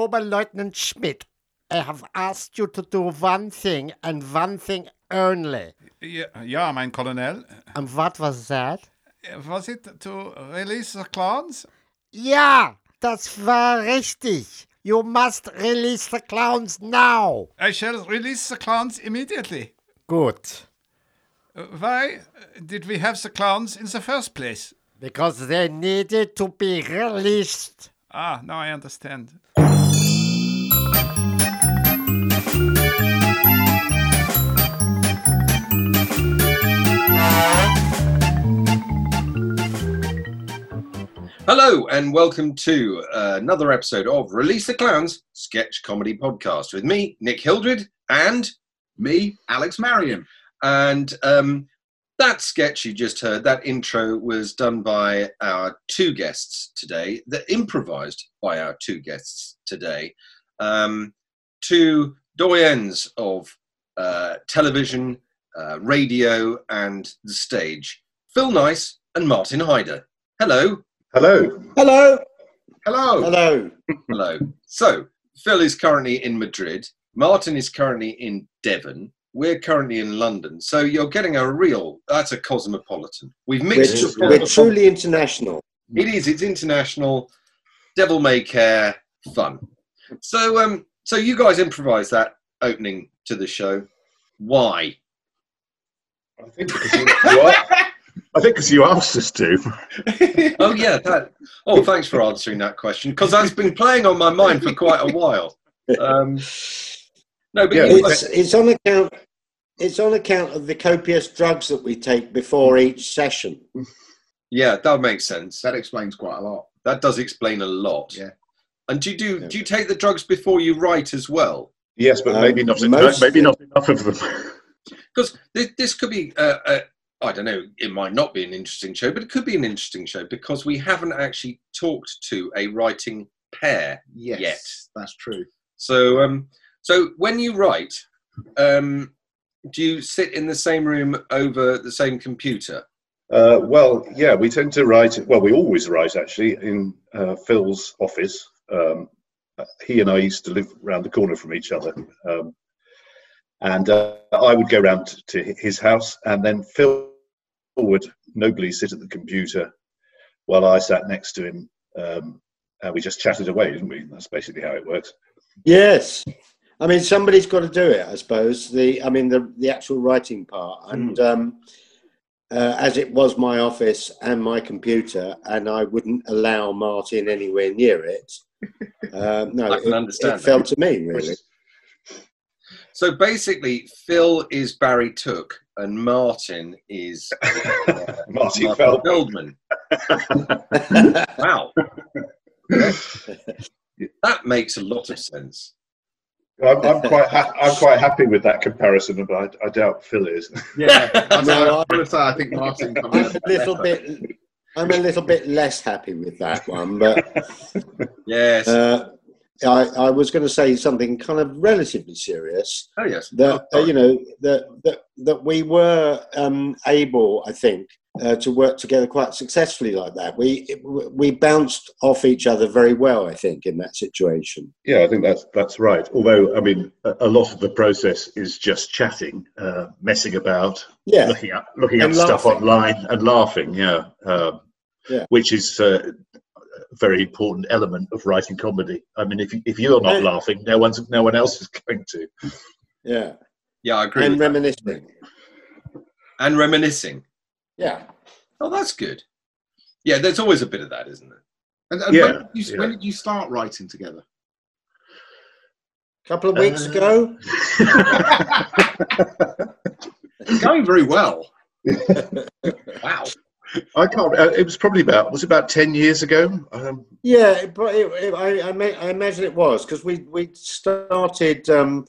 Oberleutnant Schmidt, I have asked you to do one thing and one thing only. Yeah, yeah, mein Colonel. And what was that? Was it to release the clowns? Ja, das war richtig. You must release the clowns now. I shall release the clowns immediately. Good. Uh, Why did we have the clowns in the first place? Because they needed to be released. Ah, now I understand. Hello and welcome to uh, another episode of Release the Clowns Sketch Comedy Podcast with me, Nick Hildred, and Me, Alex Marion. and um, that sketch you just heard, that intro was done by our two guests today, that improvised by our two guests today, um, two doyens of uh, television, uh, radio, and the stage, Phil Nice and Martin Hyder. Hello. Hello. Hello. Hello. Hello. Hello. So, Phil is currently in Madrid. Martin is currently in Devon. We're currently in London. So you're getting a real, that's a cosmopolitan. We've mixed We're, your we're truly international. It is, it's international, devil may care, fun. So, um, so you guys improvised that opening to the show. Why? I think because you, you are- I think 'cause you asked us to. Oh yeah, that. Oh, thanks for answering that question because that's been playing on my mind for quite a while. Um, no, but Yeah, you, we- guys- It's, it's on account. It's on account of the copious drugs that we take before each session. yeah, that makes sense. That explains quite a lot. That does explain a lot. Yeah. And do you do Yeah. do you take the drugs before you write as well? Yes, but Um, maybe not. most- Maybe not enough of them. Because this, this could be uh, uh, I don't know. It might not be an interesting show, but it could be an interesting show because we haven't actually talked to a writing pair. Yes, Yes. that's true. So um, so when you write, um, do you sit in the same room over the same computer? Uh, well, yeah, we tend to write. Well, we always write actually in uh, Phil's office. Um, uh, he and I used to live round the corner from each other, um, and uh, I would go round to hi- his house, and then Phil would nobly sit at the computer while I sat next to him, um, and we just chatted away, didn't we? That's basically how it works. Yes. I mean, somebody's got to do it, I suppose. The, I mean, the the actual writing part, and um, uh, as it was my office and my computer, and I wouldn't allow Martin anywhere near it. Um, no, I can it, understand it that. fell to me really. So basically, Phil is Barry Took and Martin is Martin Martin Feldman. Feldman. Wow. that makes a lot of sense. I'm, I'm quite. Ha- I'm quite happy with that comparison, but I, I doubt Phil is. Yeah, I, No, I- I, to say, I think Martin. I'm a little bit. I'm a little bit less happy with that one, but Yes. uh, I, I was going to say something kind of relatively serious. oh, yes. that Oh, uh, you know that that that we were um, able, I think, uh, to work together quite successfully like that. We we bounced off each other very well, I think, in that situation. Yeah, I think that's that's right. Although, I mean, a, a lot of the process is just chatting, uh, messing about, Yeah, looking at looking And at stuff laughing. online, and laughing. Yeah, um, Yeah. which is uh, a very important element of writing comedy. I mean, if you- if you're not And- laughing, no one's no one else is going to. yeah, yeah, I agree. and with that. reminiscing. and reminiscing. Yeah, Oh, that's good. Yeah, there's always a bit of that, isn't there? And, and Yeah, when, did you, yeah. when did you start writing together? a couple of weeks Uh, ago. It's going very well. Wow. I can't. Uh, it was probably about was it about ten years ago. Um, Yeah, but it, it, I I, ma- I imagine it was because we we started um,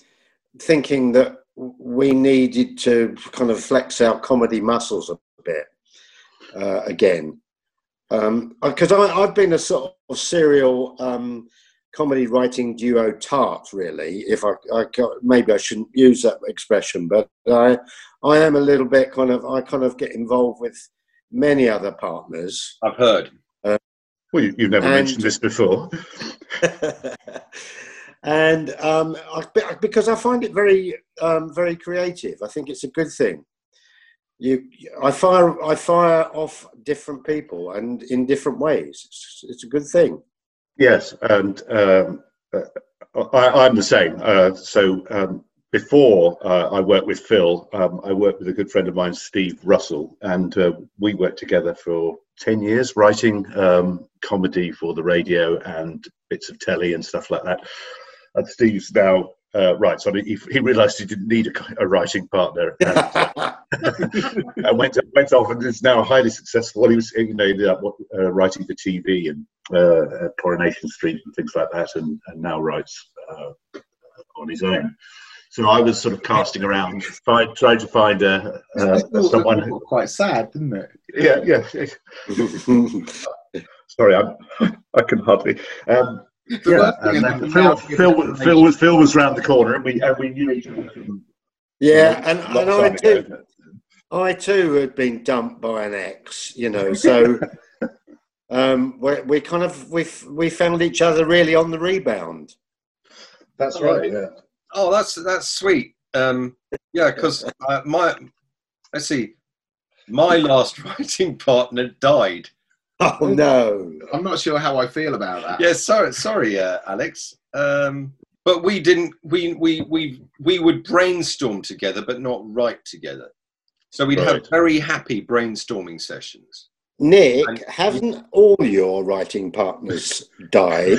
thinking that we needed to kind of flex our comedy muscles a bit uh, again because I I've been a sort of serial um, comedy writing duo tart really. If I, I ca- maybe I shouldn't use that expression, but I I am a little bit kind of I kind of get involved with many other partners. I've heard. well, you, you've never And- mentioned this before. and um, I, because I find it very, um, very creative. I think it's a good thing. You, I fire, I fire off different people and in different ways. It's, it's a good thing. Yes, and um, uh, I, I'm the same. Uh, so um, before uh, I worked with Phil, um, I worked with a good friend of mine, Steve Russell, and uh, we worked together for 10 years writing um, comedy for the radio and bits of telly and stuff like that. And Steve's now uh, writes on it. He, he realised he didn't need a, co- a writing partner and, and went, went off and is now highly successful. He was you know, he ended up uh, writing for TV and uh, uh, Coronation Street and things like that, and, and now writes uh, on his own. So I was sort of casting around, find, trying to find a, uh, someone. Who, quite sad, didn't it? yeah, yeah. Mm-hmm. Sorry, I'm, I can hardly. Um, The yeah, worst thing and then is that now Phil, we get Phil, information. was- Phil was Phil was round the corner, and we and we knew each other. from yeah, and, a long and I time do. ago. I too had been dumped by an ex, you know. So um, we, we kind of we f- we found each other really on the rebound. That's right. Yeah. Oh, that's that's sweet. Um, yeah, because uh, my let's see, my last writing partner died. Oh no! I'm not sure how I feel about that. Yeah, sorry, sorry, uh, Alex. Um, but we didn't. We we we we would brainstorm together, but not write together. So we'd Right. have very happy brainstorming sessions. Nick, haven't all your writing partners died?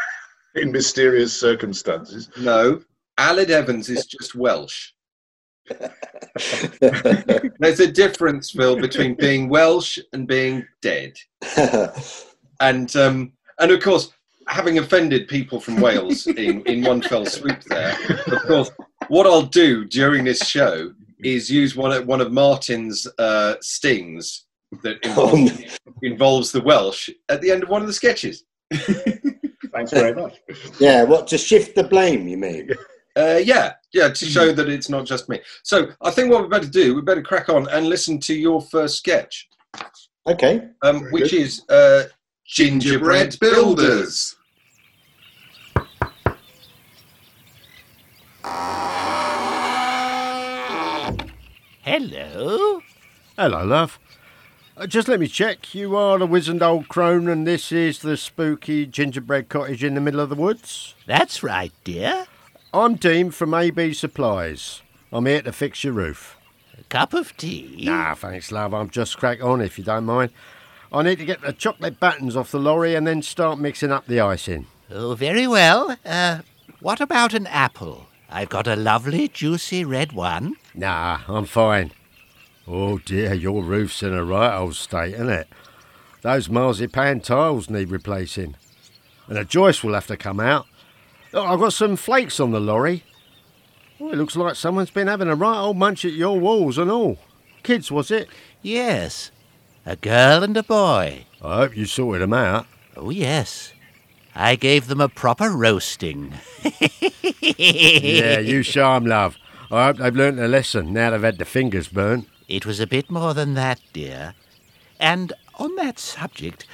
In mysterious circumstances. No, Alad Evans is just Welsh. There's a difference, Phil, between being Welsh and being dead. and um, and of course, having offended people from Wales in, in one fell swoop, there. Of course, what I'll do during this show is use one of, one of Martin's uh, stings that involves, Oh, involves the Welsh at the end of one of the sketches. Thanks very much. yeah, what to shift the blame? You mean? Uh, yeah, yeah, to show Mm-hmm. that it's not just me. So I think what we better do, we better crack on and listen to your first sketch, Okay. um, Very which good. is uh, Gingerbread builders. Hello? Hello, love. Uh, Just let me check. You are the wizened old crone, and this is the spooky gingerbread cottage in the middle of the woods. That's right, dear. I'm Dean from AB Supplies. I'm here to fix your roof. A cup of tea? Nah, thanks, love. I'm just crack on if you don't mind. I need to get the chocolate battens off the lorry and then start mixing up the icing. Oh, very well. Uh, what about an apple? I've got a lovely, juicy red one. Nah, I'm fine. Oh dear, your roof's in a right old state, isn't it? Those marzipan tiles need replacing. And the joist will have to come out. Look, I've got some flakes on the lorry. Oh, it looks like someone's been having a right old munch at your walls and all. Kids, was it? Yes. A girl and a boy. I hope you sorted them out. Oh, yes. I gave them a proper roasting. yeah, you show 'em love. I hope they've learnt their lesson now they've had their fingers burnt. It was a bit more than that, dear. And on that subject,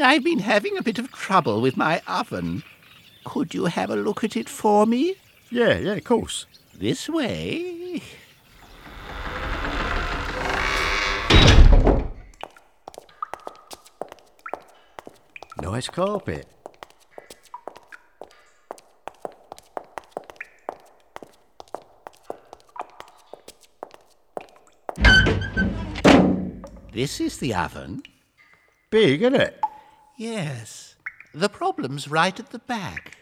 I've been having a bit of trouble with my oven. Could you have a look at it for me? Yeah, yeah, of course. This way. Nice carpet. This is the oven. Big, isn't it? Yes. The problem's right at the back.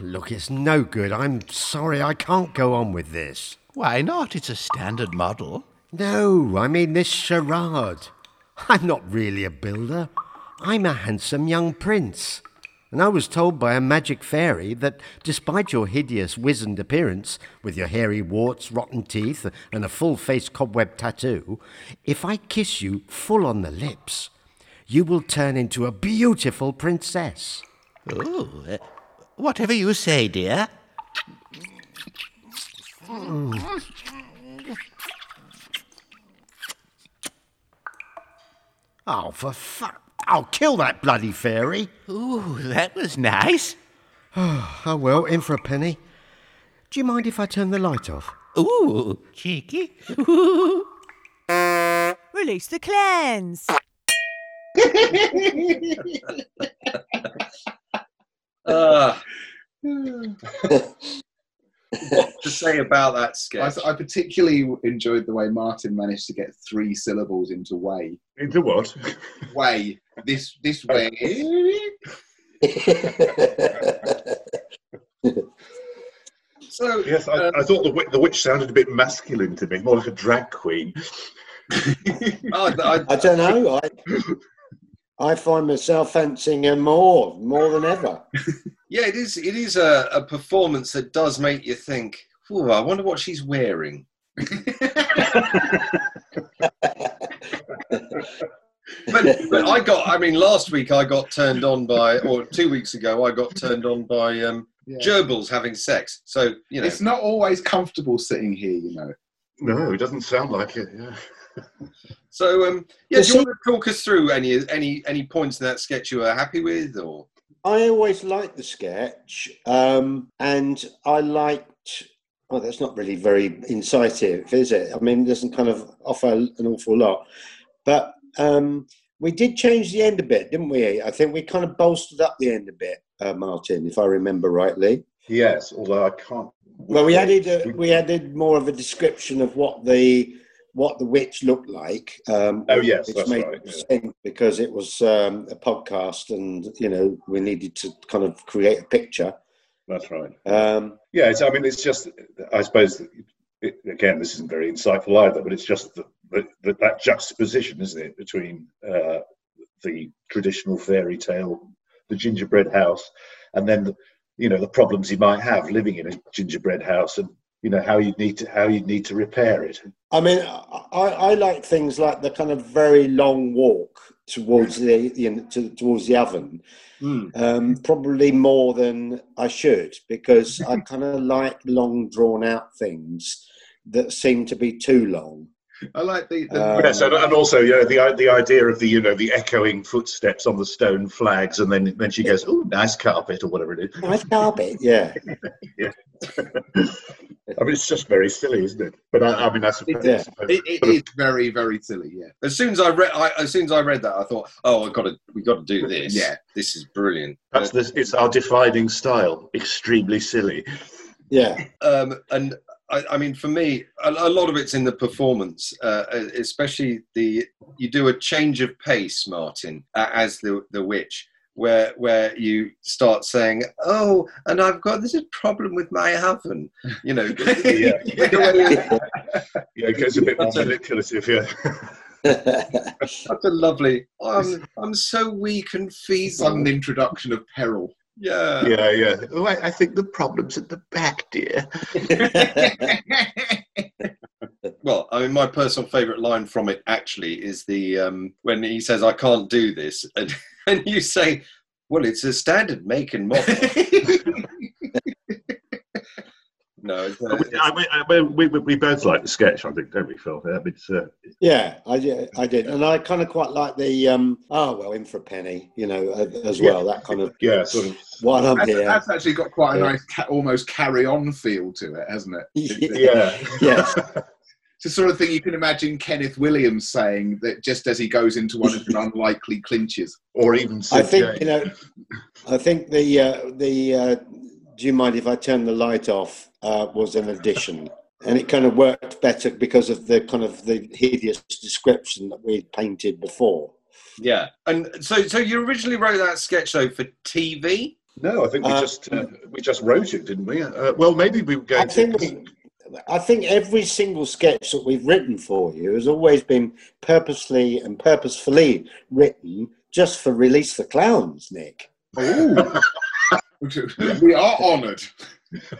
Look, it's no good. I'm sorry, I can't go on with this. Why not? It's a standard model. No, Oh, I mean this charade. I'm not really a builder. I'm a handsome young prince. And I was told by a magic fairy that despite your hideous wizened appearance, with your hairy warts, rotten teeth, and a full face cobweb tattoo, if I kiss you full on the lips, you will turn into a beautiful princess. Oh, uh, whatever you say, dear. Oh, for fuck. I'll kill that bloody fairy. Ooh, that was nice. Oh, well, in for a penny. Do you mind if I turn the light off? Ooh, cheeky. Release the clans. Ah, what to say about that I, sketch? I particularly enjoyed the way Martin managed to get three syllables into way. Into what? Way. This this way. So yes, I, I thought the, wi- the witch sounded a bit masculine to me, more like a drag queen. I, oh, I, I don't know. I, I find myself fancying her more, more than ever. yeah, it is. It is a, a performance that does make you think. Oh, I wonder what she's wearing. But, but I got. I mean, last week I got turned on by, or two weeks ago I got turned on by um, Yeah. gerbils having sex. So you know, It's not always comfortable sitting here, you know. No, it doesn't sound like it. Yeah. So, um, yeah, You do see- you want to talk us through any any any points in that sketch you were happy with, or I always liked the sketch, um, and I liked. Oh, that's not really very incisive, is it? I mean, it doesn't kind of offer an awful lot. But um, we did change the end a bit, didn't we? I think we kind of bolstered up the end a bit, uh, Martin, if I remember rightly. Yes, although I can't. Well, we added uh, a, we added more of a description of what the what the witch looked like. Um, Oh, yes, which that's made right, yeah. sense because it was um, a podcast, and you know we needed to kind of create a picture. That's right. Um, Yeah, it's, I mean, it's just, I suppose, it, again, this isn't very insightful either, but it's just the, the, the, that juxtaposition, isn't it, between uh, the traditional fairy tale, the gingerbread house, and then, the, you know, the problems you might have living in a gingerbread house and, you know, how you'd need to, how you'd need to repair it. I mean, I, I like things like the kind of very long walk towards the, the to, towards the oven. Hmm. um, probably more than I should because I kind of like long drawn out things that seem to be too long. I like the, the Uh, Yes, and, and also, you know, the, i- the idea of the, you know, the echoing footsteps on the stone flags, and then, then she goes, oh, nice carpet, or whatever it is. Nice carpet, yeah. I mean, it's just very silly, isn't it? But I, I mean, I suppose. Yeah. it, it is very, very silly, yeah. as soon as I read I, as soon as I read that, I thought, oh, I got to we got to do this. Yeah. this is brilliant. That's the, it's our defining style, extremely silly. Yeah. um, and I, I mean, for me, a, a lot of it's in the performance, uh, especially the you do a change of pace, Martin, a- as the the witch. Where, where you start saying, "Oh, and I've got this is a problem with my oven," you know, Yeah, such yeah it gets a bit more manipulative, yeah. a lovely. "Oh, I'm, I'm so weak and It's on an feeble. introduction of peril. Yeah, yeah, yeah. Oh, I, I think the problem's at the back, dear. Well, I mean, my personal favourite line from it actually is the um, when he says, "I can't do this," and, and you say, "Well, it's a standard make and model." no, it's, uh, We, I mean, I mean, we, we, we both like the sketch, I think, don't we, Phil? Yeah, it's, uh, yeah, I did. I did. And I kind of quite like the, um, oh, well, in for a penny, you know, a- as well, that kind of, yeah, sort of. while I'm That's, here. that's actually got quite a Yeah. nice, ca- almost carry-on feel to it, hasn't it? Yeah. yeah. It's the sort of thing you can imagine Kenneth Williams saying that just as he goes into one of his unlikely clinches. Or even. I Sid think, James. you know, I think the, uh, the, uh, do you mind if I turn the light off, uh, was an addition. And it kind of worked better because of the kind of the hideous description that we painted before. yeah, and so so you originally wrote that sketch though for TV. No, I think we Uh, just uh, we just wrote it, didn't we? Uh, well, maybe we were I going think to. we, I think every single sketch that we've written for you has always been purposely and purposefully written just for release the clowns, Nick. we are honoured.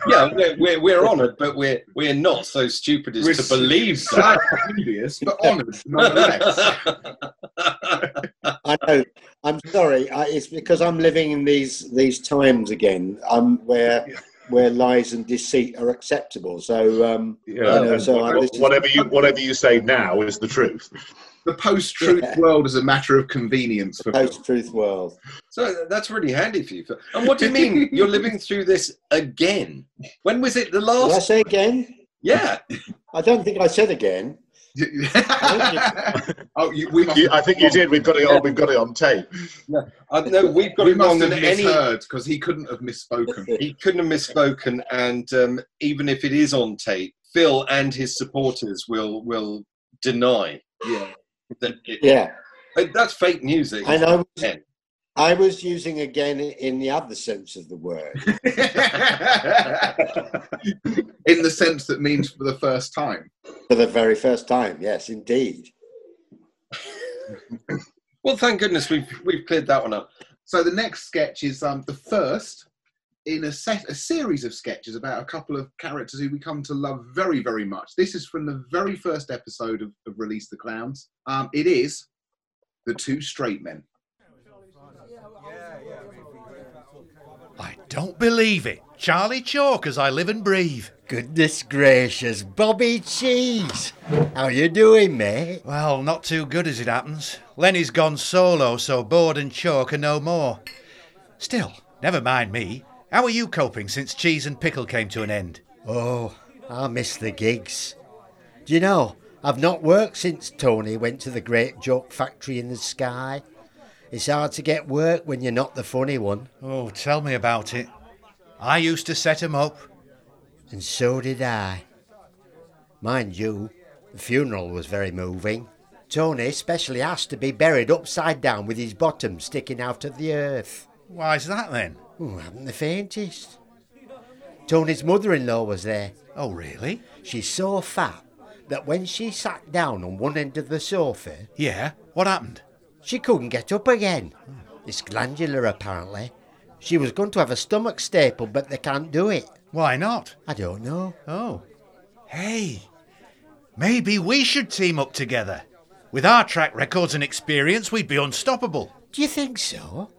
Yeah, we're we're, we're honoured, but we're we're not so stupid as We're to believe Sad, envious, but honoured nonetheless. that. I know. I'm sorry. I, it's because I'm living in these these times again, um, where where lies and deceit are acceptable. So um, Yeah, I know, and so I- whatever you whatever you say now is the truth. the post-truth Yeah. world as a matter of convenience for Phil. Post truth world. So that's really handy for you. Phil. And what do you mean you're living through this again? When was it the Did I last? say again? Yeah. I don't think I said again. oh, you, we must, You, I think you did. We've got it on. We've got it on tape. I know we've got we it wrong must than have any. misheard because he couldn't have misspoken. He couldn't have misspoken, and um, even if it is on tape, Phil and his supporters will will deny Yeah. that. It, Yeah, Uh, That's fake news. that you and I was, pretend. I was using again in the other sense of the word. In the sense that means for the first time. For the very first time, yes, indeed. Well, thank goodness we've we've cleared that one up. So the next sketch is um, the first in a set, a series of sketches about a couple of characters who we come to love very, very much. This is from the very first episode of, of Release the Clowns. Um, it is the two straight men. I don't believe it. Charlie Chalk as I live and breathe. Goodness gracious, Bobby Cheese! How you doing, mate? Well, not too good as it happens. Lenny's gone solo, so Board and Chalk are no more. Still, never mind me. How are you coping since Cheese and Pickle came to an end? Oh, I miss the gigs. Do you know, I've not worked since Tony went to the Great Joke Factory in the sky. It's hard to get work when you're not the funny one, Oh, tell me about it. I used to set 'em up. and so did I. Mind you, the funeral was very moving. Tony specially asked to be buried upside down with his bottom sticking out of the earth. Why's that then? Ooh, haven't the faintest. Tony's mother in law was there. Oh, really? She's so fat that when she sat down on one end of the sofa, Yeah. What happened? she couldn't get up again. It's glandular, apparently. She was going to have a stomach staple, but they can't do it. Why not? I don't know. Oh. Hey, maybe we should team up together. With our track records and experience, we'd be unstoppable. Do you think so?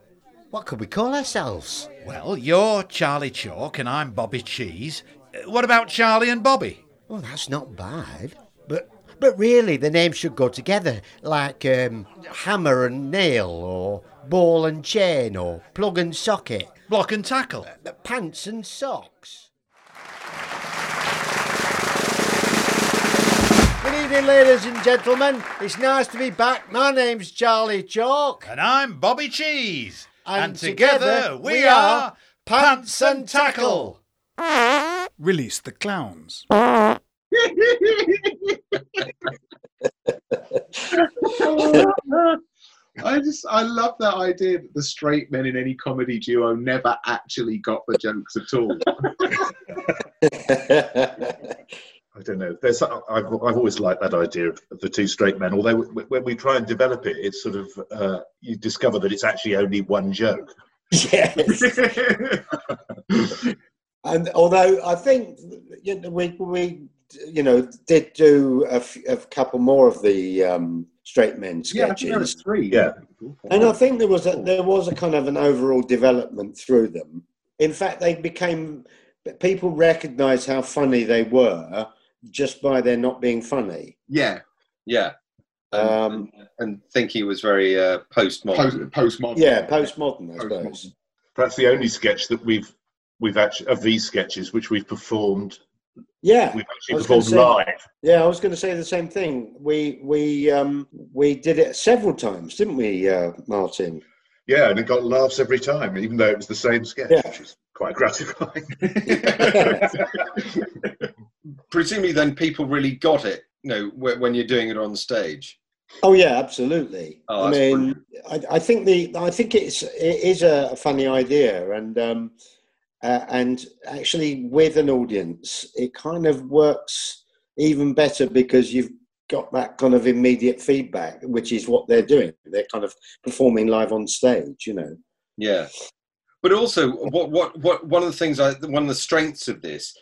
What could we call ourselves? Well, you're Charlie Chalk and I'm Bobby Cheese. Uh, What about Charlie and Bobby? Well, that's not bad. But but really, the names should go together, like um, hammer and nail, or ball and chain, or plug and socket. Block and tackle. But pants and socks. Good evening, ladies and gentlemen. It's nice to be back. My name's Charlie Chalk. And I'm Bobby Cheese. And together we are Pants and Tackle. Release the clowns. I just I love that idea that the straight men in any comedy duo never actually got the jokes at all. I don't know. There's, I've, I've always liked that idea of the two straight men. Although w- when we try and develop it, it's sort of uh, you discover that it's actually only one joke. yes. And although I think you know, we we you know did do a, f- a couple more of the um, straight men yeah, I think there are sketches, three. Yeah. and I think there was a, there was a kind of an overall development through them. In fact, they became people recognised how funny they were just by their not being funny. Yeah. Yeah, Um, and think he was very uh, postmodern. Post, postmodern. yeah, postmodern, I Postmodern. suppose. That's the only sketch that we've we've actually of these sketches which we've performed. Yeah, We've I actually was gonna performed say- live. Yeah, I was going to say the same thing. We we um, we did it several times, didn't we, uh, Martin? Yeah, and it got laughs every time, even though it was the same sketch, Yeah. which is quite gratifying. Presumably, then people really got it. You know, wh- when you're doing it on stage. Oh yeah, absolutely. Oh, I that's mean, I, I think the I think it's it is a funny idea, and um, uh, and actually with an audience, it kind of works even better because you've got that kind of immediate feedback, which is what they're doing. They're kind of performing live on stage, you know. Yeah, but also what what what one of the things I one of the strengths of this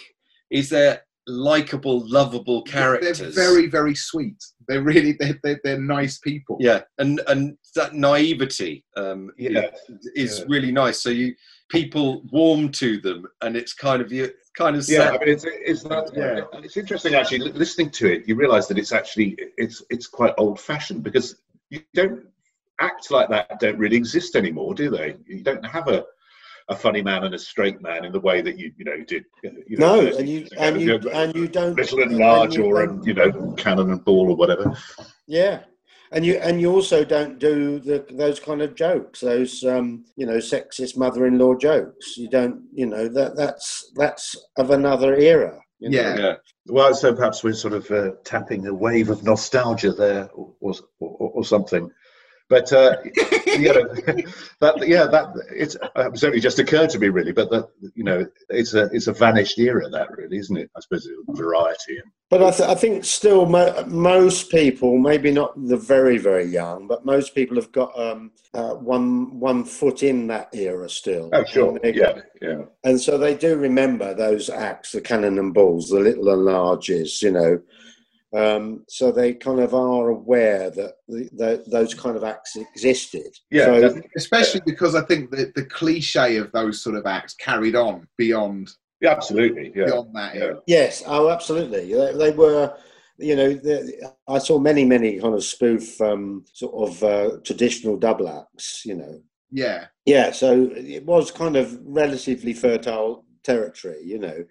is their likable, lovable characters. They're very, very sweet. They're really they're, they're, they're nice people. yeah, and and that naivety um, Yeah. is Yeah. really nice. So you people warm to them, and it's kind of you. kind of yeah, set. I mean, it's, it's that, yeah. It's interesting actually li- listening to it. You realise that it's actually it's it's quite old fashioned because you don't act like that. Don't really exist anymore, do they? You don't have a a funny man and a straight man in the way that you you know did. You know, No, 30 and you years ago. and you You're and you don't little and large, you or don't- um, you know, cannon and ball, or whatever. Yeah. And you and you also don't do the, those kind of jokes, those um, you know sexist mother-in-law jokes. You don't, you know that that's that's of another era. you know. Yeah. Well, so perhaps we're sort of uh, tapping a wave of nostalgia there, or or, or, or something. But uh, you know, that yeah, that it's, uh, it's only just occurred to me really. But that you know, it's a it's a vanished era, that really, isn't it? I suppose it's variety. And, But I, th- I think still mo- most people, maybe not the very very young, but most people have got um, uh, one one foot in that era still. oh, sure, And they- yeah, yeah. And so they do remember those acts, the cannon and balls, the little and larges, you know. Um, so they kind of are aware that the, the, those kind of acts existed. Yeah, So- definitely. Especially because I think that the cliche of those sort of acts carried on beyond yeah, absolutely, yeah. beyond that yeah. era. yes, oh, absolutely. They, they were, you know, the, I saw many, many kind of spoof um, sort of uh, traditional double acts, you know. Yeah. Yeah, so it was kind of relatively fertile territory, you know.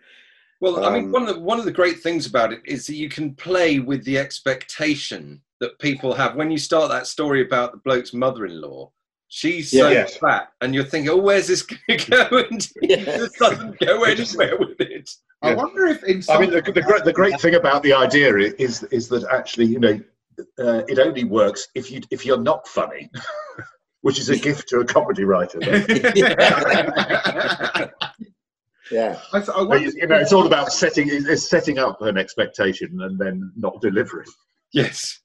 Well, I mean, Um, one of the, one of the great things about it is that you can play with the expectation that people have when you start that story about the bloke's mother-in-law. She's so Yeah. Yes. fat, and you're thinking, "Oh, where's this going to go?" And it Yeah. just doesn't go It just- anywhere with it. I Yeah. wonder if in some I mean, the, the, great, the great thing about the idea i- is is that actually, you know, uh, it only works if you if you're not funny, which is a gift to a comedy writer. Yeah. I, s- I But, wonder, you know, it's all about setting it's setting up an expectation and then not delivering. Yes.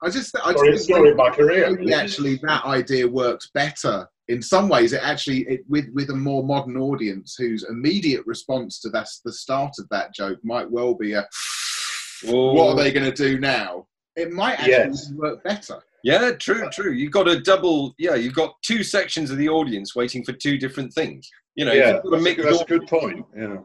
I just, I Or a just story of my career. maybe actually that idea works better in some ways it actually it, with with a more modern audience whose immediate response to that's the start of that joke might well be a what are they going to do now it might actually Yes. work better Yeah, true, true. You've got a double. Yeah, you've got two sections of the audience waiting for two different things. You know, yeah, you've got a mixed that's a audience. good point. Yeah.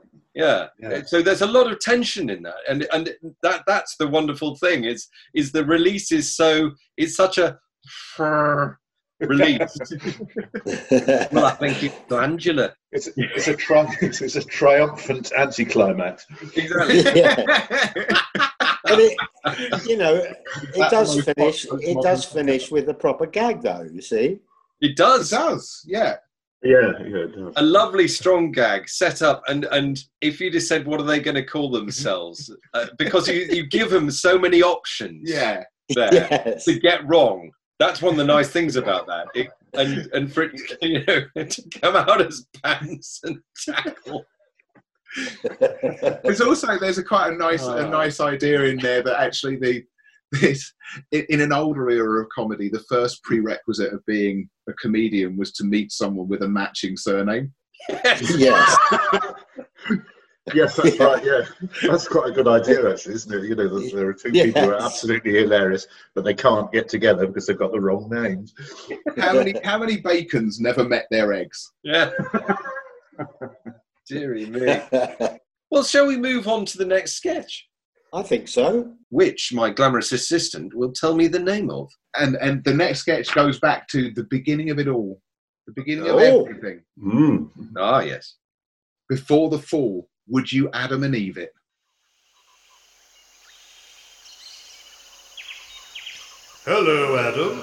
Yeah. Yeah. So there's a lot of tension in that, and and that that's the wonderful thing is is the release is so it's such a release. well, I think it's Angela. It's, it's a tri- it's a triumphant anticlimax. Exactly. but it, you know, it That's does my finish. podcast, It Martin. does finish with a proper gag, though. You see, It it does. does yeah Yeah, yeah. it does. A lovely strong gag set up, and and if you just said what are they going to call themselves, uh, because you you give them so many options. yeah There. yes, to get wrong. That's one of the nice things about that. It, and and for it, you know, to come out as pants and tackle. there's also there's a quite a nice a Ah. nice idea in there that actually the this in in an older era of comedy the first prerequisite of being a comedian was to meet someone with a matching surname yes, Yes, that's right. Yeah, that's quite a good idea, actually, isn't it? You know, that there are two people who are Yes. absolutely hilarious, but they can't get together because they've got the wrong names. how many how many bacons never met their eggs Yeah. Deary me. Well, shall we move on to the next sketch, I think so. which my glamorous assistant will tell me the name of? and and the next sketch goes back to the beginning of it all the beginning of Oh. everything Mm. Ah, yes. before the fall would you adam and eve it Hello, Adam.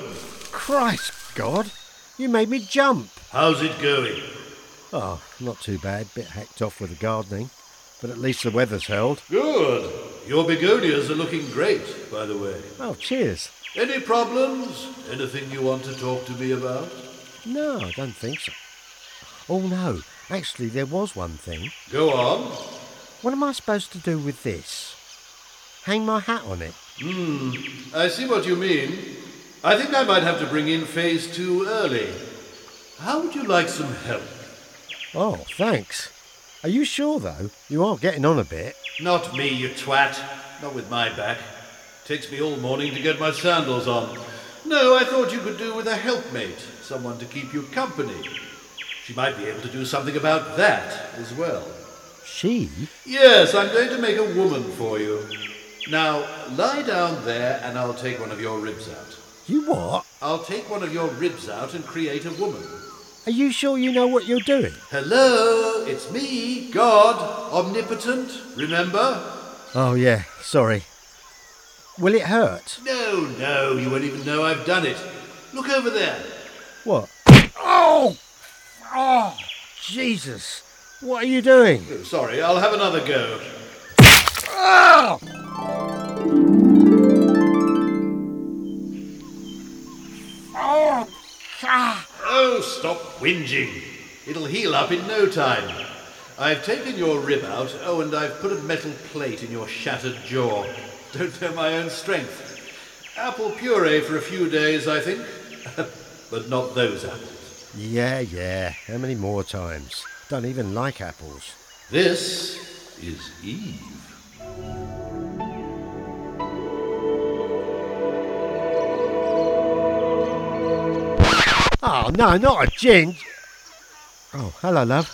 Christ, God, you made me jump. How's it going? Oh, not too bad. Bit hacked off with the gardening, but at least the weather's held. Good. Your begonias are looking great, by the way. Oh, cheers. Any problems? Anything you want to talk to me about? No, I don't think so. Oh no, actually, there was one thing. Go on. What am I supposed to do with this? Hang my hat on it. Hmm. I see what you mean. I think I might have to bring in phase two early. How would you like some help? Oh, thanks. Are you sure though? You are getting on a bit. Not me, you twat. Not with my back. Takes me all morning to get my sandals on. No, I thought you could do with a helpmate, someone to keep you company. She might be able to do something about that as well. She? Yes, I'm going to make a woman for you. Now, lie down there and I'll take one of your ribs out. You what? I'll take one of your ribs out and create a woman. Are you sure you know what you're doing? Hello, it's me, God, omnipotent, remember? Oh, yeah, sorry. Will it hurt? No, no, you won't even know I've done it. Look over there. What? Oh! Oh! Jesus! What are you doing? Oh, Sorry, I'll have another go. Oh! Oh, stop whinging. It'll heal up in no time. I've taken your rib out, oh, and I've put a metal plate in your shattered jaw. Don't know my own strength. Apple puree for a few days, I think. but not those apples. Yeah, yeah. How many more times? Don't even like apples. This is Eve. Oh, no, not a gin. Oh, hello, love.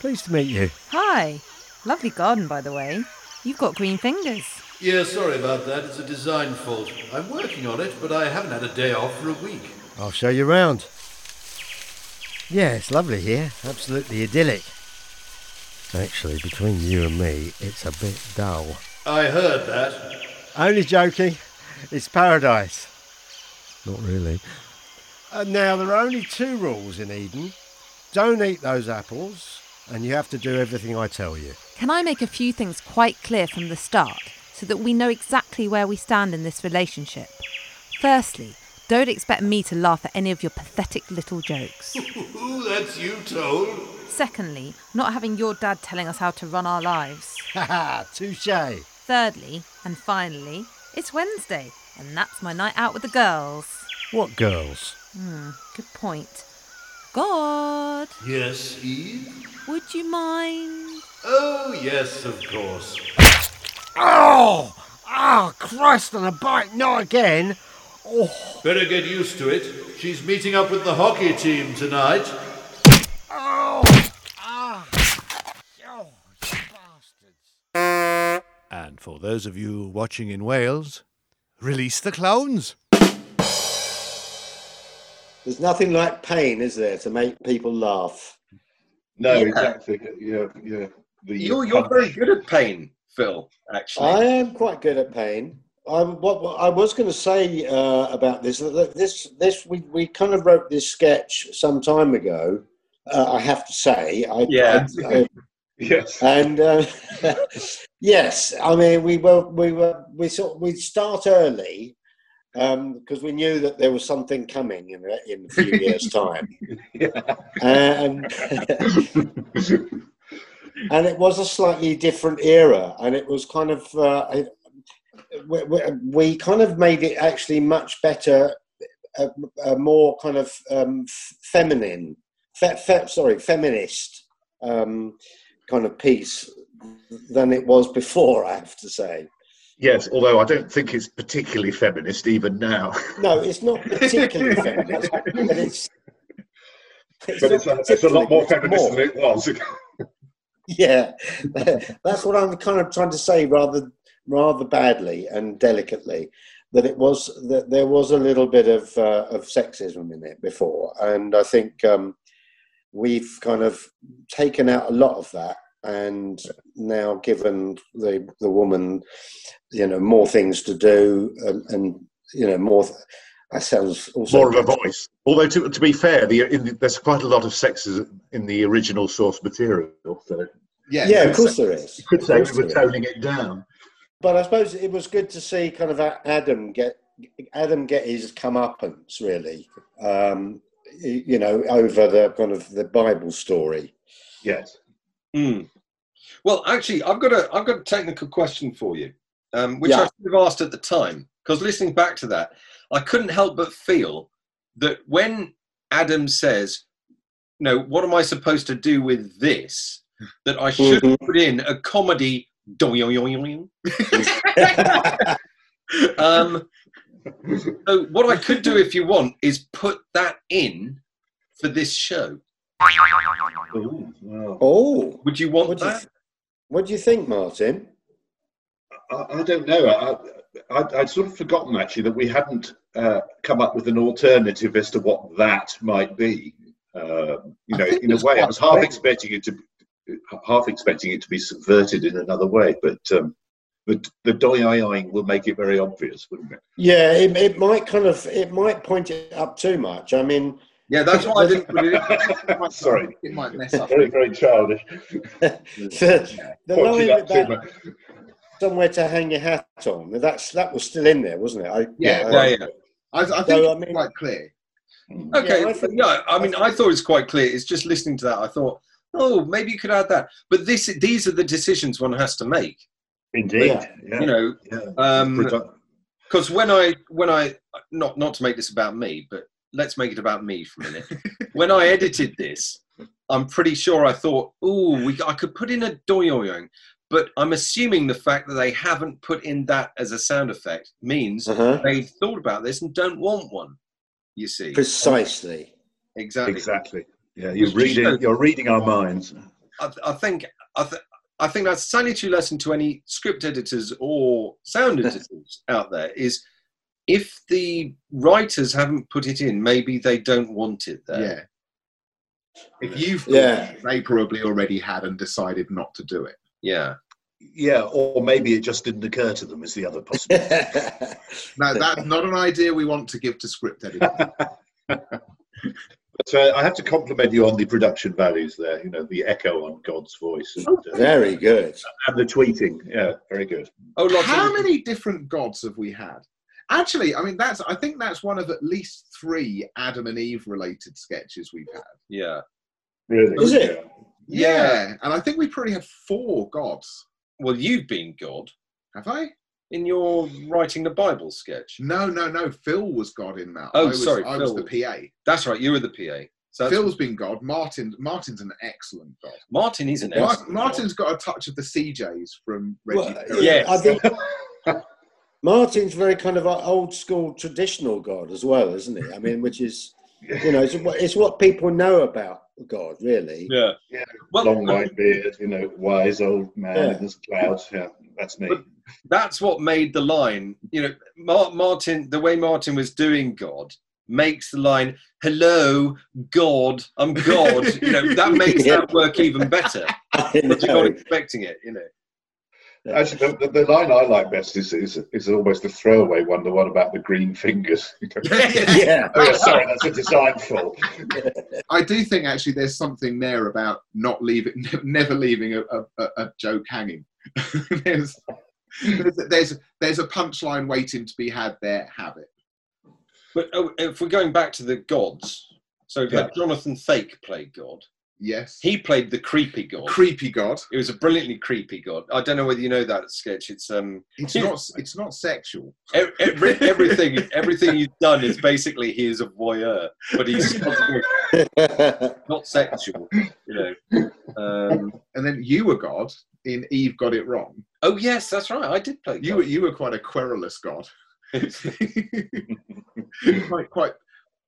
Pleased to meet you. Hi. Lovely garden, by the way. You've got green fingers. Yeah, sorry about that. It's a design fault. I'm working on it, but I haven't had a day off for a week. I'll show you round. Yeah, it's lovely here. Absolutely idyllic. Actually, between you and me, it's a bit dull. I heard that. Only joking. It's paradise. Not really. And now, there are only two rules in Eden don't eat those apples, and you have to do everything I tell you. Can I make a few things quite clear from the start so that we know exactly where we stand in this relationship? Firstly, don't expect me to laugh at any of your pathetic little jokes. Ooh, that's you told. Secondly, not having your dad telling us how to run our lives. Haha, touche. Thirdly, and finally, it's Wednesday, and that's my night out with the girls. What girls? Hmm, good point. God, Yes, Eve? would you mind? Oh, yes, of course. Oh! Oh, Christ on a bike, not again! Oh. Better get used to it. She's meeting up with the hockey team tonight. And for those of you watching in Wales, release the clowns. There's nothing like pain, is there, to make people laugh? No, Yeah. exactly. Yeah, yeah. The, uh, You're, you're very good at pain, Phil, actually. I am quite good at pain. I, what, what I was going to say uh, about this, that- that this, this, we, we kind of wrote this sketch some time ago. Uh, I have to say, I, Yeah. I- I- yes. and uh, yes, I mean we were we were we sort we'd start early because we knew that there was something coming in a- in a few years' time, and and it was a slightly different era, and it was kind of uh, it, we, we, we kind of made it actually much better, a, a more kind of um, f- feminine, fe, fe, sorry, feminist um, kind of piece than it was before. I have to say, Yes, although I don't think it's particularly feminist even now. no, it's not particularly feminist, but it's. It's but not it's a, it's a lot more particularly, feminist it's than it was. Yeah, that's what I'm kind of trying to say, rather rather badly and delicately, that it was that there was a little bit of uh, of sexism in it before, and I think um, we've kind of taken out a lot of that, and now given the the woman, you know, more things to do, and, and you know, more. Th- that sounds also More of a voice. Although, to, to be fair, the, in the, there's quite a lot of sexism in the original source material. So you Yeah, Yeah, of course there is. could Of say course we were there is. toning it down. But I suppose it was good to see kind of A- Adam get Adam get his comeuppance really, um, y- you know, over the kind of the Bible story. Yes. Hmm. Well, actually, I've got a I've got a technical question for you, um, which I Yeah. should have asked at the time because listening back to that, I couldn't help but feel that when Adam says, "No, what am I supposed to do with this?" that I should have put in a comedy. doing, yoing, yoing, yoing. um, so what I could do, if you want, is put that in for this show. Ooh, wow. oh, Would you want Would you that? What do you think, Martin? I, I don't know. I, I, I'd sort of forgotten actually that we hadn't uh, come up with an alternative as to what that might be. Um, you know, in a it's way, I quite was half vague. expecting it to half expecting it to be subverted in another way, but um, but the doi will make it very obvious, wouldn't it? Yeah, it, it might kind of it might point it up too much. I mean, yeah, that's why I didn't put it Sorry, It might mess up. very very childish. the Pointed line up too about somewhere to hang your hat on. That's that was still in there, wasn't it? I, Yeah, I- yeah, yeah. I, I think So, I it's mean- quite clear. Hmm. Okay, Yeah, I but think- no, I mean, I thought it was quite clear. It's just listening to that, I thought, oh, maybe you could add that. But this, these are the decisions one has to make. Indeed, Yeah. yeah. You know, Produ- because when I when I not not to make this about me, but let's make it about me for a minute. when I edited this, I'm pretty sure I thought, "Ooh, we, I could put in a doyoyong," but I'm assuming the fact that they haven't put in that as a sound effect means Uh-huh. they've thought about this and don't want one. You see, precisely. exactly, Exactly. Yeah, Which you're just reading. shows- You're reading our minds. I, th- I think I, th- I think that's a salutary lesson to any script editors or sound editors out there is if the writers haven't put it in, maybe they don't want it there. Yeah. If you've Yeah. they probably already had and decided not to do it. Yeah. Yeah, or maybe it just didn't occur to them is the other possibility. No, that's not an idea we want to give to script editors. but uh, I have to compliment you on the production values there. You know, the echo on God's voice. And, Oh, uh, Very good. And the tweeting. Yeah, very good. Oh, lots of- How many different gods have we had? Actually, I mean that's I think that's one of at least three Adam and Eve related sketches we've had. Yeah. Really. Is it? Yeah. And I think we probably had four gods. Well, you've been God Have I? in your writing the Bible sketch. No, no, no. Phil was God in that. Oh, I was, sorry, I was Phil. the PA. That's right. You were the PA. So that's- Phil's been God. Martin, Martin's an excellent God. Martin is an Mar- excellent Martin's got a touch of the CJs from Reggie. Well, Perry. Yes. I think Martin's very kind of an old school traditional God as well, isn't he? I mean, which is you know, it's what, it's what people know about God, really. God. Yeah. Yeah. Well, Long white beard. You know, wise old man Yeah. in his clouds. Yeah, that's me. But- that's what made the line. You know, Mar- Martin, the way Martin was doing God makes the line, "Hello, God, I'm God." you know, that makes that work even better. I But you're not know. expecting it, you know. Actually, the, the, the line I like best is, is is almost a throwaway one. The one about the green fingers. Yeah. oh, yeah, sorry, that's a design fault. I do think actually there's something there about not leaving, ne- never leaving a, a, a- a joke hanging. there's, there's there's there's a punchline waiting to be had there. Have it. But oh, if we're going back to the gods, so we've had Jonathan Fake played God. Yes. He played the creepy God. Creepy God. it was a brilliantly creepy God. I don't know whether you know that sketch. It's um, It's not it's not sexual. e- every, everything everything he's done is basically he is a voyeur, but he's not sexual, you know. Um, And then you were God in Eve got it wrong. oh yes, that's right. I did play. You You were you were quite a querulous God. quite quite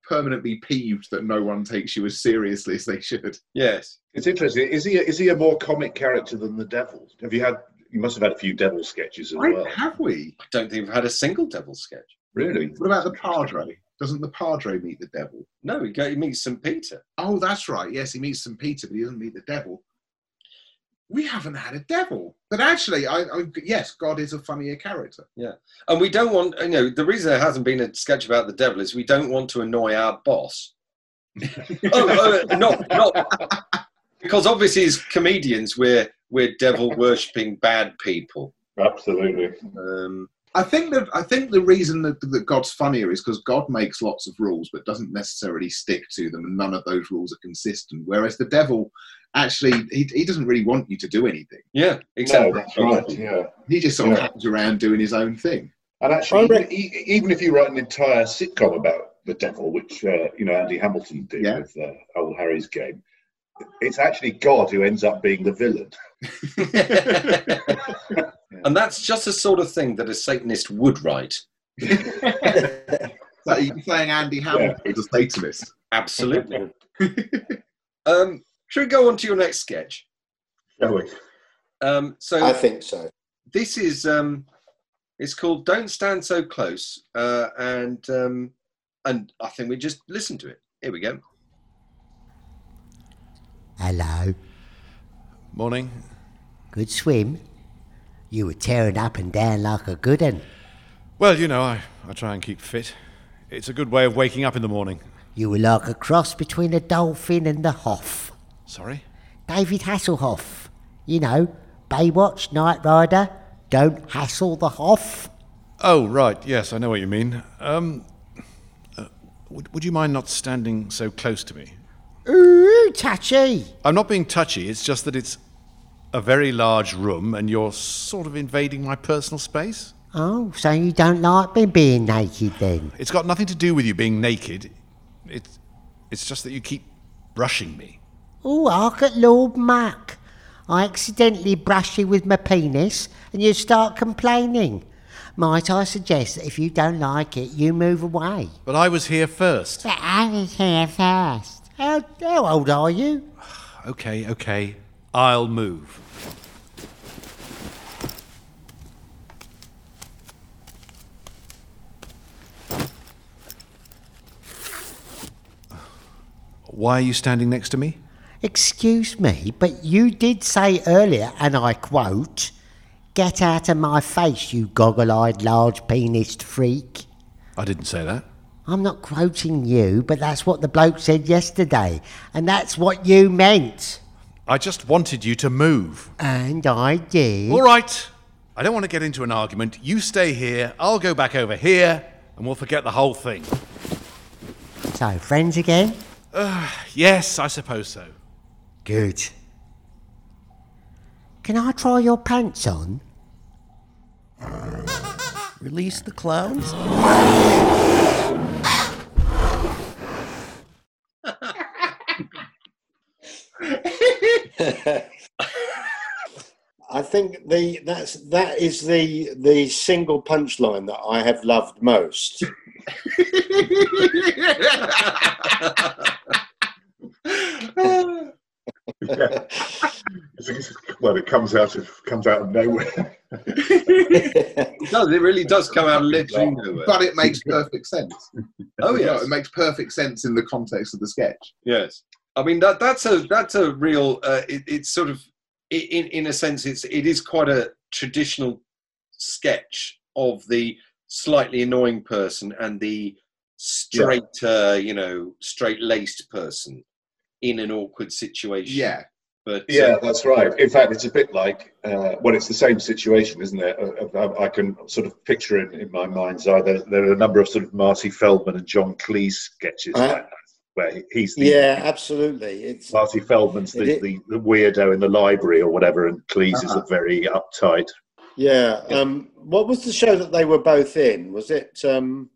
permanently peeved that no one takes you as seriously as they should. yes. It's interesting. Is he a, is he a more comic character than the devil? Have you had? You must have had a few devil sketches as well. Why have we? I don't think we've had a single devil sketch. Really? What about the Padre? Doesn't the Padre meet the devil? No, he, go, he meets St. Peter. Oh, that's right. Yes, he meets St. Peter, but he doesn't meet the devil. We haven't had a devil. But actually, I, I yes, God is a funnier character. And we don't want, you know, the reason there hasn't been a sketch about the devil is we don't want to annoy our boss. oh, oh, not, not, because obviously as comedians, we're, we're devil worshipping bad people. Absolutely. Um, I think that I think the reason that, that God's funnier is because God makes lots of rules, but doesn't necessarily stick to them, and none of those rules are consistent. Whereas the devil, actually, he, he doesn't really want you to do anything. yeah, No, exactly. that's right. Yeah. He just sort of Yeah. hangs around doing his own thing. And I actually, reckon- even, e- even if you write an entire sitcom about the devil, which uh, you know Andy Hamilton did Yeah. with uh, Old Harry's Game, it's actually God who ends up being the villain. and that's just the sort of thing that a Satanist would write. So you're saying Andy Hamilton is a Satanist. Absolutely. um, should we go on to your next sketch? Shall we? Um, so I think so. This is um, it's called "Don't Stand So Close," uh, and um, and I think we just listen to it. Here we go. Hello. Morning. Good swim. You were tearing up and down like a good un. Well, you know, I, I try and keep fit. It's a good way of waking up in the morning. You were like a cross between a dolphin and a Hoff. Sorry? David Hasselhoff. You know, Baywatch, Knight Rider, don't hassle the Hoff. Oh, right, yes, I know what you mean. Um, uh, would, would you mind not standing so close to me? Ooh, touchy. I'm not being touchy, it's just that it's a very large room and you're sort of invading my personal space. Oh, so you don't like me being naked then? It's got nothing to do with you being naked. It, it's just that you keep brushing me. Oh, I at Lord Mac. I accidentally brush you with my penis and you start complaining. Might I suggest that if you don't like it, you move away? But I was here first. But I was here first. How, how old are you? Okay, okay. I'll move. Why are you standing next to me? Excuse me, but you did say earlier, and I quote, Get out of my face, you goggle eyed, large penised freak. I didn't say that. I'm not quoting you, but that's what the bloke said yesterday, and that's what you meant. I just wanted you to move. And I did. All right. I don't want to get into an argument. You stay here, I'll go back over here, and we'll forget the whole thing. So, friends again? Uh, yes, I suppose so. Good. Can I try your pants on? Release the clowns? I think the that's that is the the single punchline that I have loved most. Yeah. It's- it's- well, it comes out of comes out of nowhere. It does. It really does come out of literally nowhere. But it makes perfect sense. Oh, You know, yes. it makes perfect sense in the context of the sketch. Yes, I mean that that's a that's a real. Uh, it, it's sort of i- in in a sense it's it is quite a traditional sketch of the slightly annoying person and the straighter, you know, straight laced person in an awkward situation. Yeah. but Yeah, uh, that's right. In fact, it's a bit like uh, well, it's the same situation, isn't it? Uh, I, I can sort of picture it in my mind's eye. There, there are a number of sort of Marty Feldman and John Cleese sketches Uh, like that, where he's the yeah, absolutely. It's Marty Feldman's It the, is- the, the weirdo in the library or whatever, and Cleese is Uh-huh. a very uptight. yeah. Um, what was the show that they were both in? Was it um,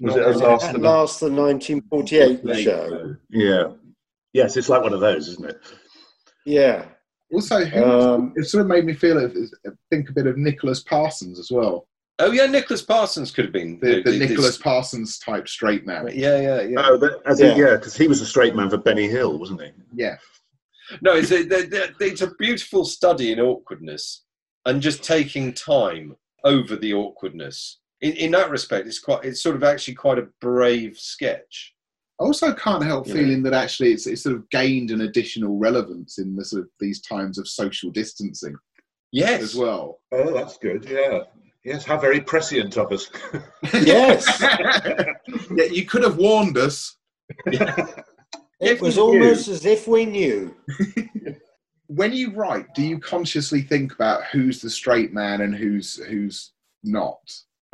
Was it At Last At the- Last the 1948 show? Yeah. Yes, it's like one of those, isn't it? Yeah. Also, who, Um, it sort of made me feel of, uh, think a bit of Nicholas Parsons as well. oh yeah, Nicholas Parsons could have been The, the, this- Nicholas Parsons type straight man. Yeah, yeah, yeah. Oh, that, as Yeah. in, yeah, because he was a straight man for Benny Hill, wasn't he? Yeah. No, it's a, the- the- it's a beautiful study in awkwardness and just taking time over the awkwardness. In, in that respect, it's quite it's sort of actually quite a brave sketch. I also can't help Yeah. feeling that actually it's, it's sort of gained an additional relevance in the sort of these times of social distancing. Yes. As well. Oh, that's good. Yeah. Yes, how very prescient of us. Yes. yeah, you could have warned us. It was almost as if we knew. When you write, do you consciously think about who's the straight man and who's who's not,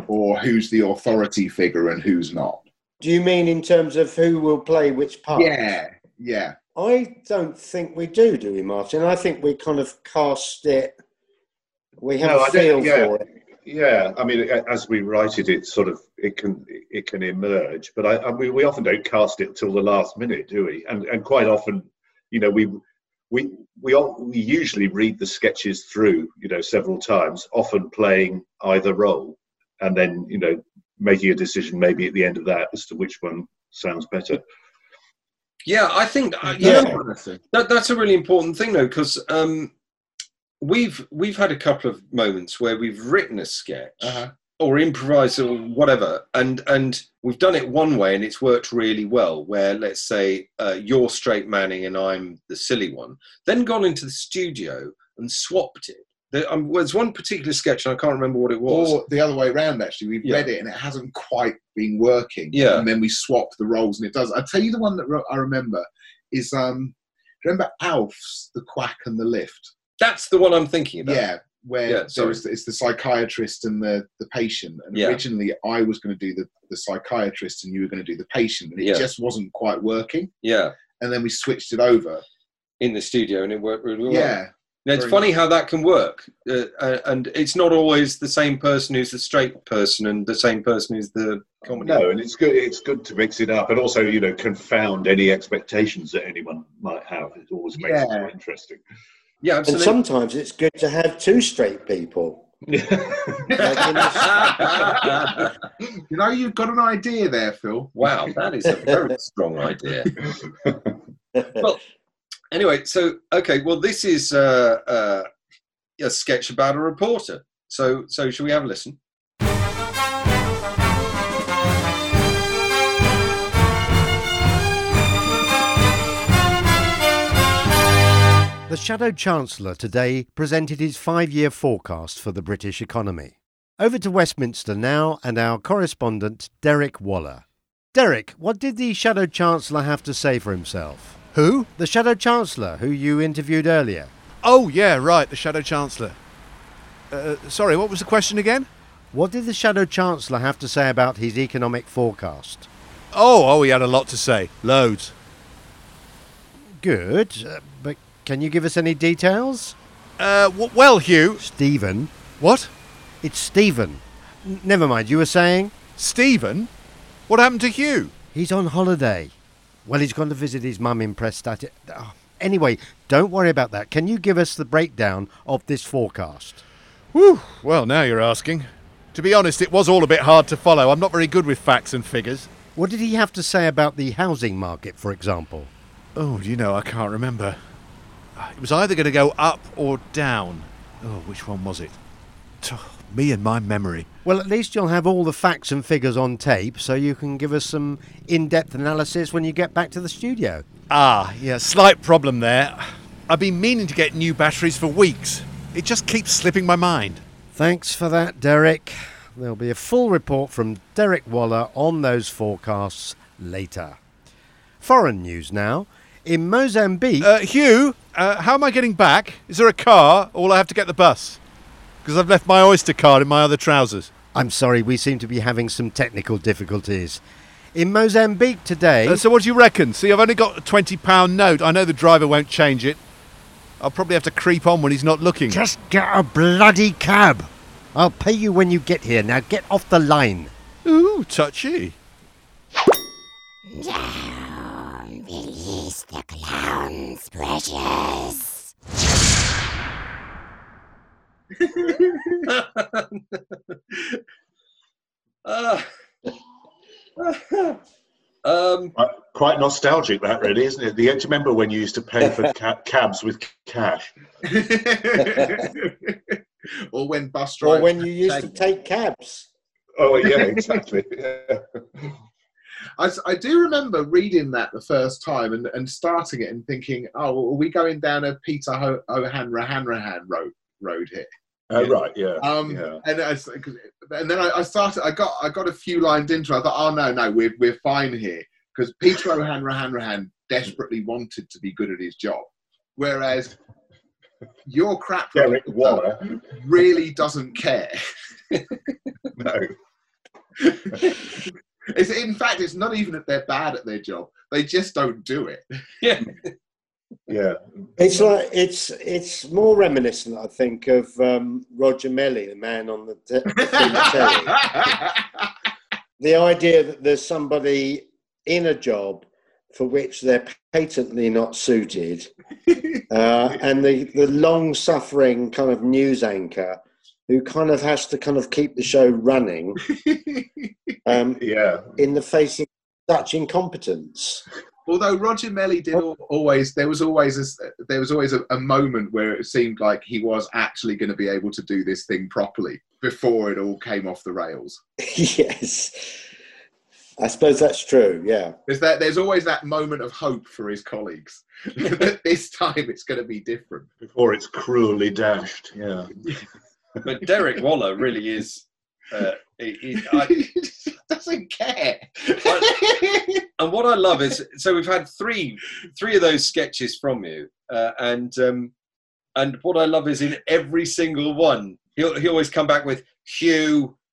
or who's the authority figure and who's not? Do you mean in terms of who will play which part? Yeah, yeah. I don't think we do, do we, Martin? I think we kind of cast it. We have No, a I don't- feel yeah. for it. yeah, I mean, a- as we write it, it sort of it can it can emerge, but I, I mean, we often don't cast it till the last minute, do we? And and quite often, you know, we we we all, we usually read the sketches through, you know, several times, often playing either role, and then you know making a decision maybe at the end of that as to which one sounds better. Yeah, I think uh, you Yeah. know, that, that's a really important thing though, because um, we've we've had a couple of moments where we've written a sketch Uh-huh. or improvised or whatever, and and we've done it one way and it's worked really well. Where let's say uh, you're straight Manning and I'm the silly one, then gone into the studio and swapped it. There, um, there's one particular sketch and I can't remember what it was. Or the other way around, actually. We've Yeah. read it and it hasn't quite been working. Yeah. And then we swap the roles and it does. I tell you the one that ro- I remember is um, remember Alf's The Quack and the Lift? That's the one I'm thinking about. Yeah. Where Yeah, there sorry. was, it's the psychiatrist and the, the patient. And Yeah. originally I was going to do the, the psychiatrist and you were going to do the patient. And it Yeah. just wasn't quite working. Yeah. And then we switched it over. In the studio and it worked really well. Yeah. Now, it's Very funny much. how that can work, uh, uh, and it's not always the same person who's the straight person and the same person who's the comedy. No, and it's good. It's good to mix it up, and also you know confound any expectations that anyone might have. It always makes it more interesting. Yeah, And sometimes it's good to have two straight people. you know, you've got an idea there, Phil. Wow, that is a very strong idea. well, anyway, so okay, well, this is uh, uh, a sketch about a reporter. So, so should we have a listen? The Shadow Chancellor today presented his five year forecast for the British economy. Over to Westminster now and our correspondent, Derek Waller. Derek, what did the Shadow Chancellor have to say for himself? Who? The Shadow Chancellor, who you interviewed earlier. Oh, yeah, right, the Shadow Chancellor. Uh, sorry, what was the question again? What did the Shadow Chancellor have to say about his economic forecast? Oh, oh, he had a lot to say. Loads. Good, uh, but can you give us any details? Uh, w- well, Hugh. Stephen. What? It's Stephen. N- never mind, you were saying? Stephen? What happened to Hugh? He's on holiday. Well, he's gone to visit his mum in Prestat. Oh, anyway, don't worry about that. Can you give us the breakdown of this forecast? Whew, well, now you're asking. To be honest, it was all a bit hard to follow. I'm not very good with facts and figures. What did he have to say about the housing market, for example? Oh, you know, I can't remember. It was either going to go up or down. Oh, which one was it? Tuh, me and my memory. Well, at least you'll have all the facts and figures on tape so you can give us some in depth analysis when you get back to the studio. Ah, yeah, slight problem there. I've been meaning to get new batteries for weeks. It just keeps slipping my mind. Thanks for that, Derek. There'll be a full report from Derek Waller on those forecasts later. Foreign news now. In Mozambique. Uh, Hugh, uh, how am I getting back? Is there a car, or will I have to get the bus? Because I've left my Oyster card in my other trousers. I'm sorry, we seem to be having some technical difficulties. In Mozambique today. Uh, so what do you reckon? See, I've only got a £20 note. I know the driver won't change it. I'll probably have to creep on when he's not looking. Just get a bloody cab. I'll pay you when you get here. Now get off the line. Ooh, touchy. Release the clown's precious. Ah. Um, Quite nostalgic, that really, isn't it? Do you remember when you used to pay for ca- cabs with cash? Or when bus drivers. Or when you used to take cabs. Oh yeah, exactly. Yeah. I, s- I do remember reading that the first time and, and starting it and thinking, oh, well, are we going down a Peter Ho- O'Hanrahan Hanrahan road, road here? Oh, right, yeah. Um, yeah. And, I s- 'cause- and then I, I started, I got, I got a few lines into it. I thought, oh, no, no, we're, we're fine here. Because Peter O'Hanrahan Hanrahan desperately wanted to be good at his job. Whereas your crap Derek Waller. really doesn't care. no. It's, in fact, it's not even that they're bad at their job. They just don't do it. Yeah. Yeah. It's like it's it's more reminiscent, I think, of um, Roger Melly, the man on the, te- the telly. the idea that there's somebody in a job for which they're patently not suited, uh, and the the long suffering kind of news anchor who kind of has to kind of keep the show running, um, yeah, in the face of such incompetence. Although Roger Melly did al- always, there was always a, s- there was always a, a moment where it seemed like he was actually going to be able to do this thing properly before it all came off the rails. yes. I suppose that's true, yeah. There's that. There's always that moment of hope for his colleagues that this time it's going to be different. Before it's cruelly dashed, yeah. But Derek Waller really is. Uh, he, he- I, Doesn't care. and what I love is, so we've had three three of those sketches from you, uh, and um, and what I love is in every single one, he he always come back with Hugh.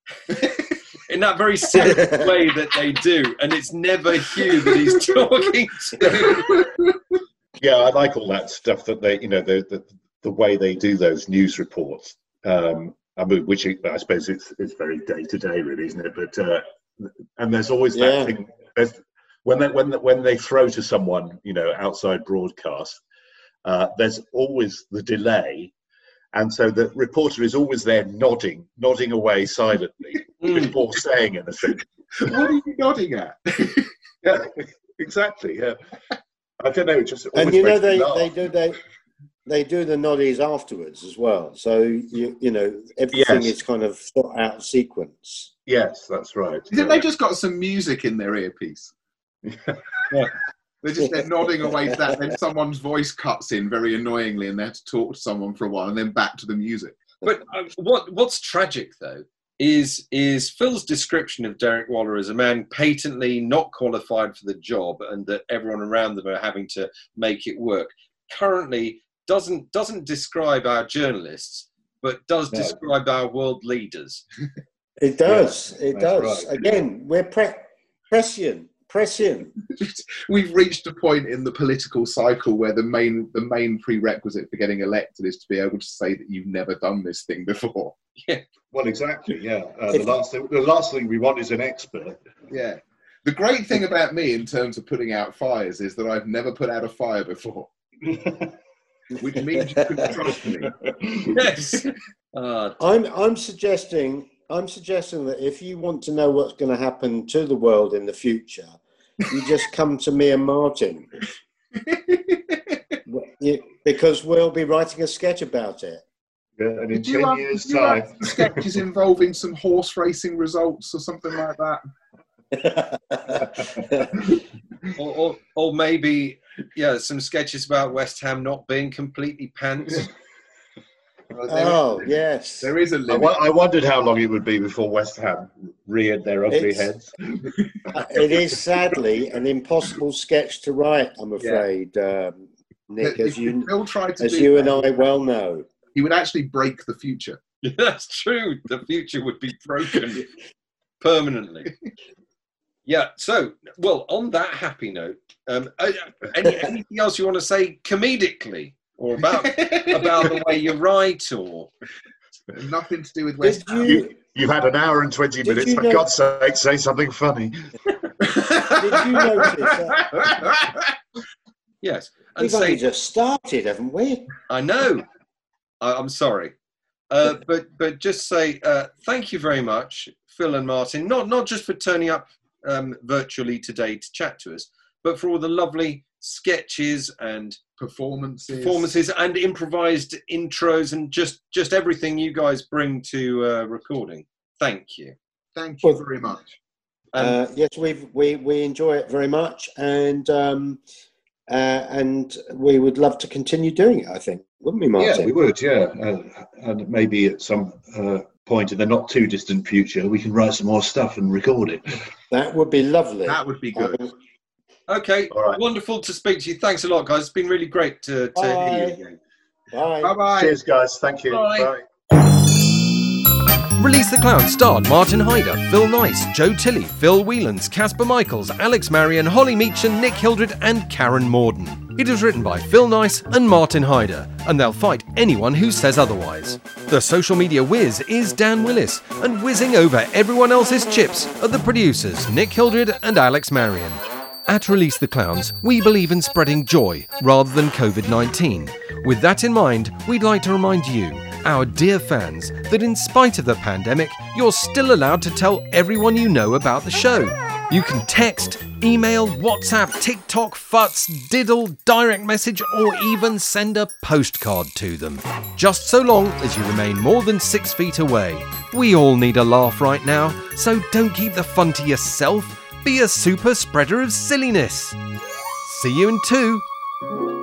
In that very serious way that they do, and it's never Hugh that he's talking to. Yeah, I like all that stuff that they, you know, the the, the way they do those news reports. Um, I mean, which it- I suppose it's it's very day to day, really, isn't it? But uh, and there's always that Yeah. thing. There's, when they when they, when they throw to someone, you know, outside broadcast, uh, there's always the delay, and so the reporter is always there nodding, nodding away silently Hmm. before saying anything. what are you nodding at? Yeah, exactly. Yeah, I don't know. It just and always you know makes me they, laugh. they do they they do the noddies afterwards as well. So you you know everything Yes. is kind of thought out sequence. Yes, that's right. Didn't they just got some music in their earpiece? They're just they're nodding away to that. Then someone's voice cuts in very annoyingly, and they have to talk to someone for a while, and then back to the music. but uh, what what's tragic though is is Phil's description of Derek Waller as a man patently not qualified for the job and that everyone around them are having to make it work currently doesn't doesn't describe our journalists but does No. describe our world leaders It does. it that's does. right. Again, we're pre- prescient. Prescient. We've reached a point in the political cycle where the main the main prerequisite for getting elected is to be able to say that you've never done this thing before. Well, exactly. Yeah. Uh, the If- last thing, the last thing we want is an expert. Yeah. The great thing about me in terms of putting out fires is that I've never put out a fire before. Which means you can trust me. yes Ah. I'm I'm suggesting I'm suggesting that if you want to know what's going to happen to the world in the future, you just come to me and Martin. Well, you- because we'll be writing a sketch about it. Yeah, and in Did you have, did you have some sketches involving some horse racing results or something like that? or, or or maybe yeah some sketches about West Ham not being completely pants Oh yes, there is a I, wo- I wondered how long it would be before West Ham reared their ugly It's- heads. it is sadly an impossible sketch to write. I'm afraid, um, Nick, as if you Phil tried to as do you and that, I well know. he would actually break the future. That's true. The future would be broken permanently. Yeah. So, well, on that happy note, um, uh, any, anything else you want to say comedically or about about the way you write or nothing to do with West Ham? You, you've had an hour and 20 Did minutes. you For know- God's sake, say something funny. Did you notice? uh, yes? And we've only say, just started, haven't we? I know. I, I'm sorry, uh, but but just say uh, thank you very much, Phil and Martin. Not not just for turning up um, virtually today to chat to us, but for all the lovely sketches and Performances. performances and improvised intros and just just everything you guys bring to uh, recording. Thank you. Thank you very much. Um, uh, yes, we've, we we enjoy it very much, and um, uh, and we would love to continue doing it. I think, wouldn't we, Martin? Yeah, we would, yeah. Uh, and maybe at some uh, point in the not too distant future, we can write some more stuff and record it. That would be lovely. That would be good. Okay, wonderful to speak to you. Thanks a lot, guys. It's been really great to, to hear you Bye. again. Bye. Bye-bye. Cheers, guys. Thank you. Bye. Bye. Release the Clown starred Martin Hyder, Phil Nice, Joe Tilley, Phil Whelans, Casper Michaels, Alex Marion, Holly Meacham, Nick Hildred, and Karen Morden. It is written by Phil Nice and Martin Hyder, and they'll fight anyone who says otherwise. The social media whiz is Dan Willis, and whizzing over everyone else's chips are the producers Nick Hildred and Alex Marion. At Release the Clowns, we believe in spreading joy rather than COVID 19. With that in mind, we'd like to remind you, our dear fans, that in spite of the pandemic, you're still allowed to tell everyone you know about the show. You can text, email, WhatsApp, TikTok, futz, diddle, direct message, or even send a postcard to them. Just so long as you remain more than six feet away. We all need a laugh right now, so don't keep the fun to yourself. Be a super spreader of silliness. See you in two.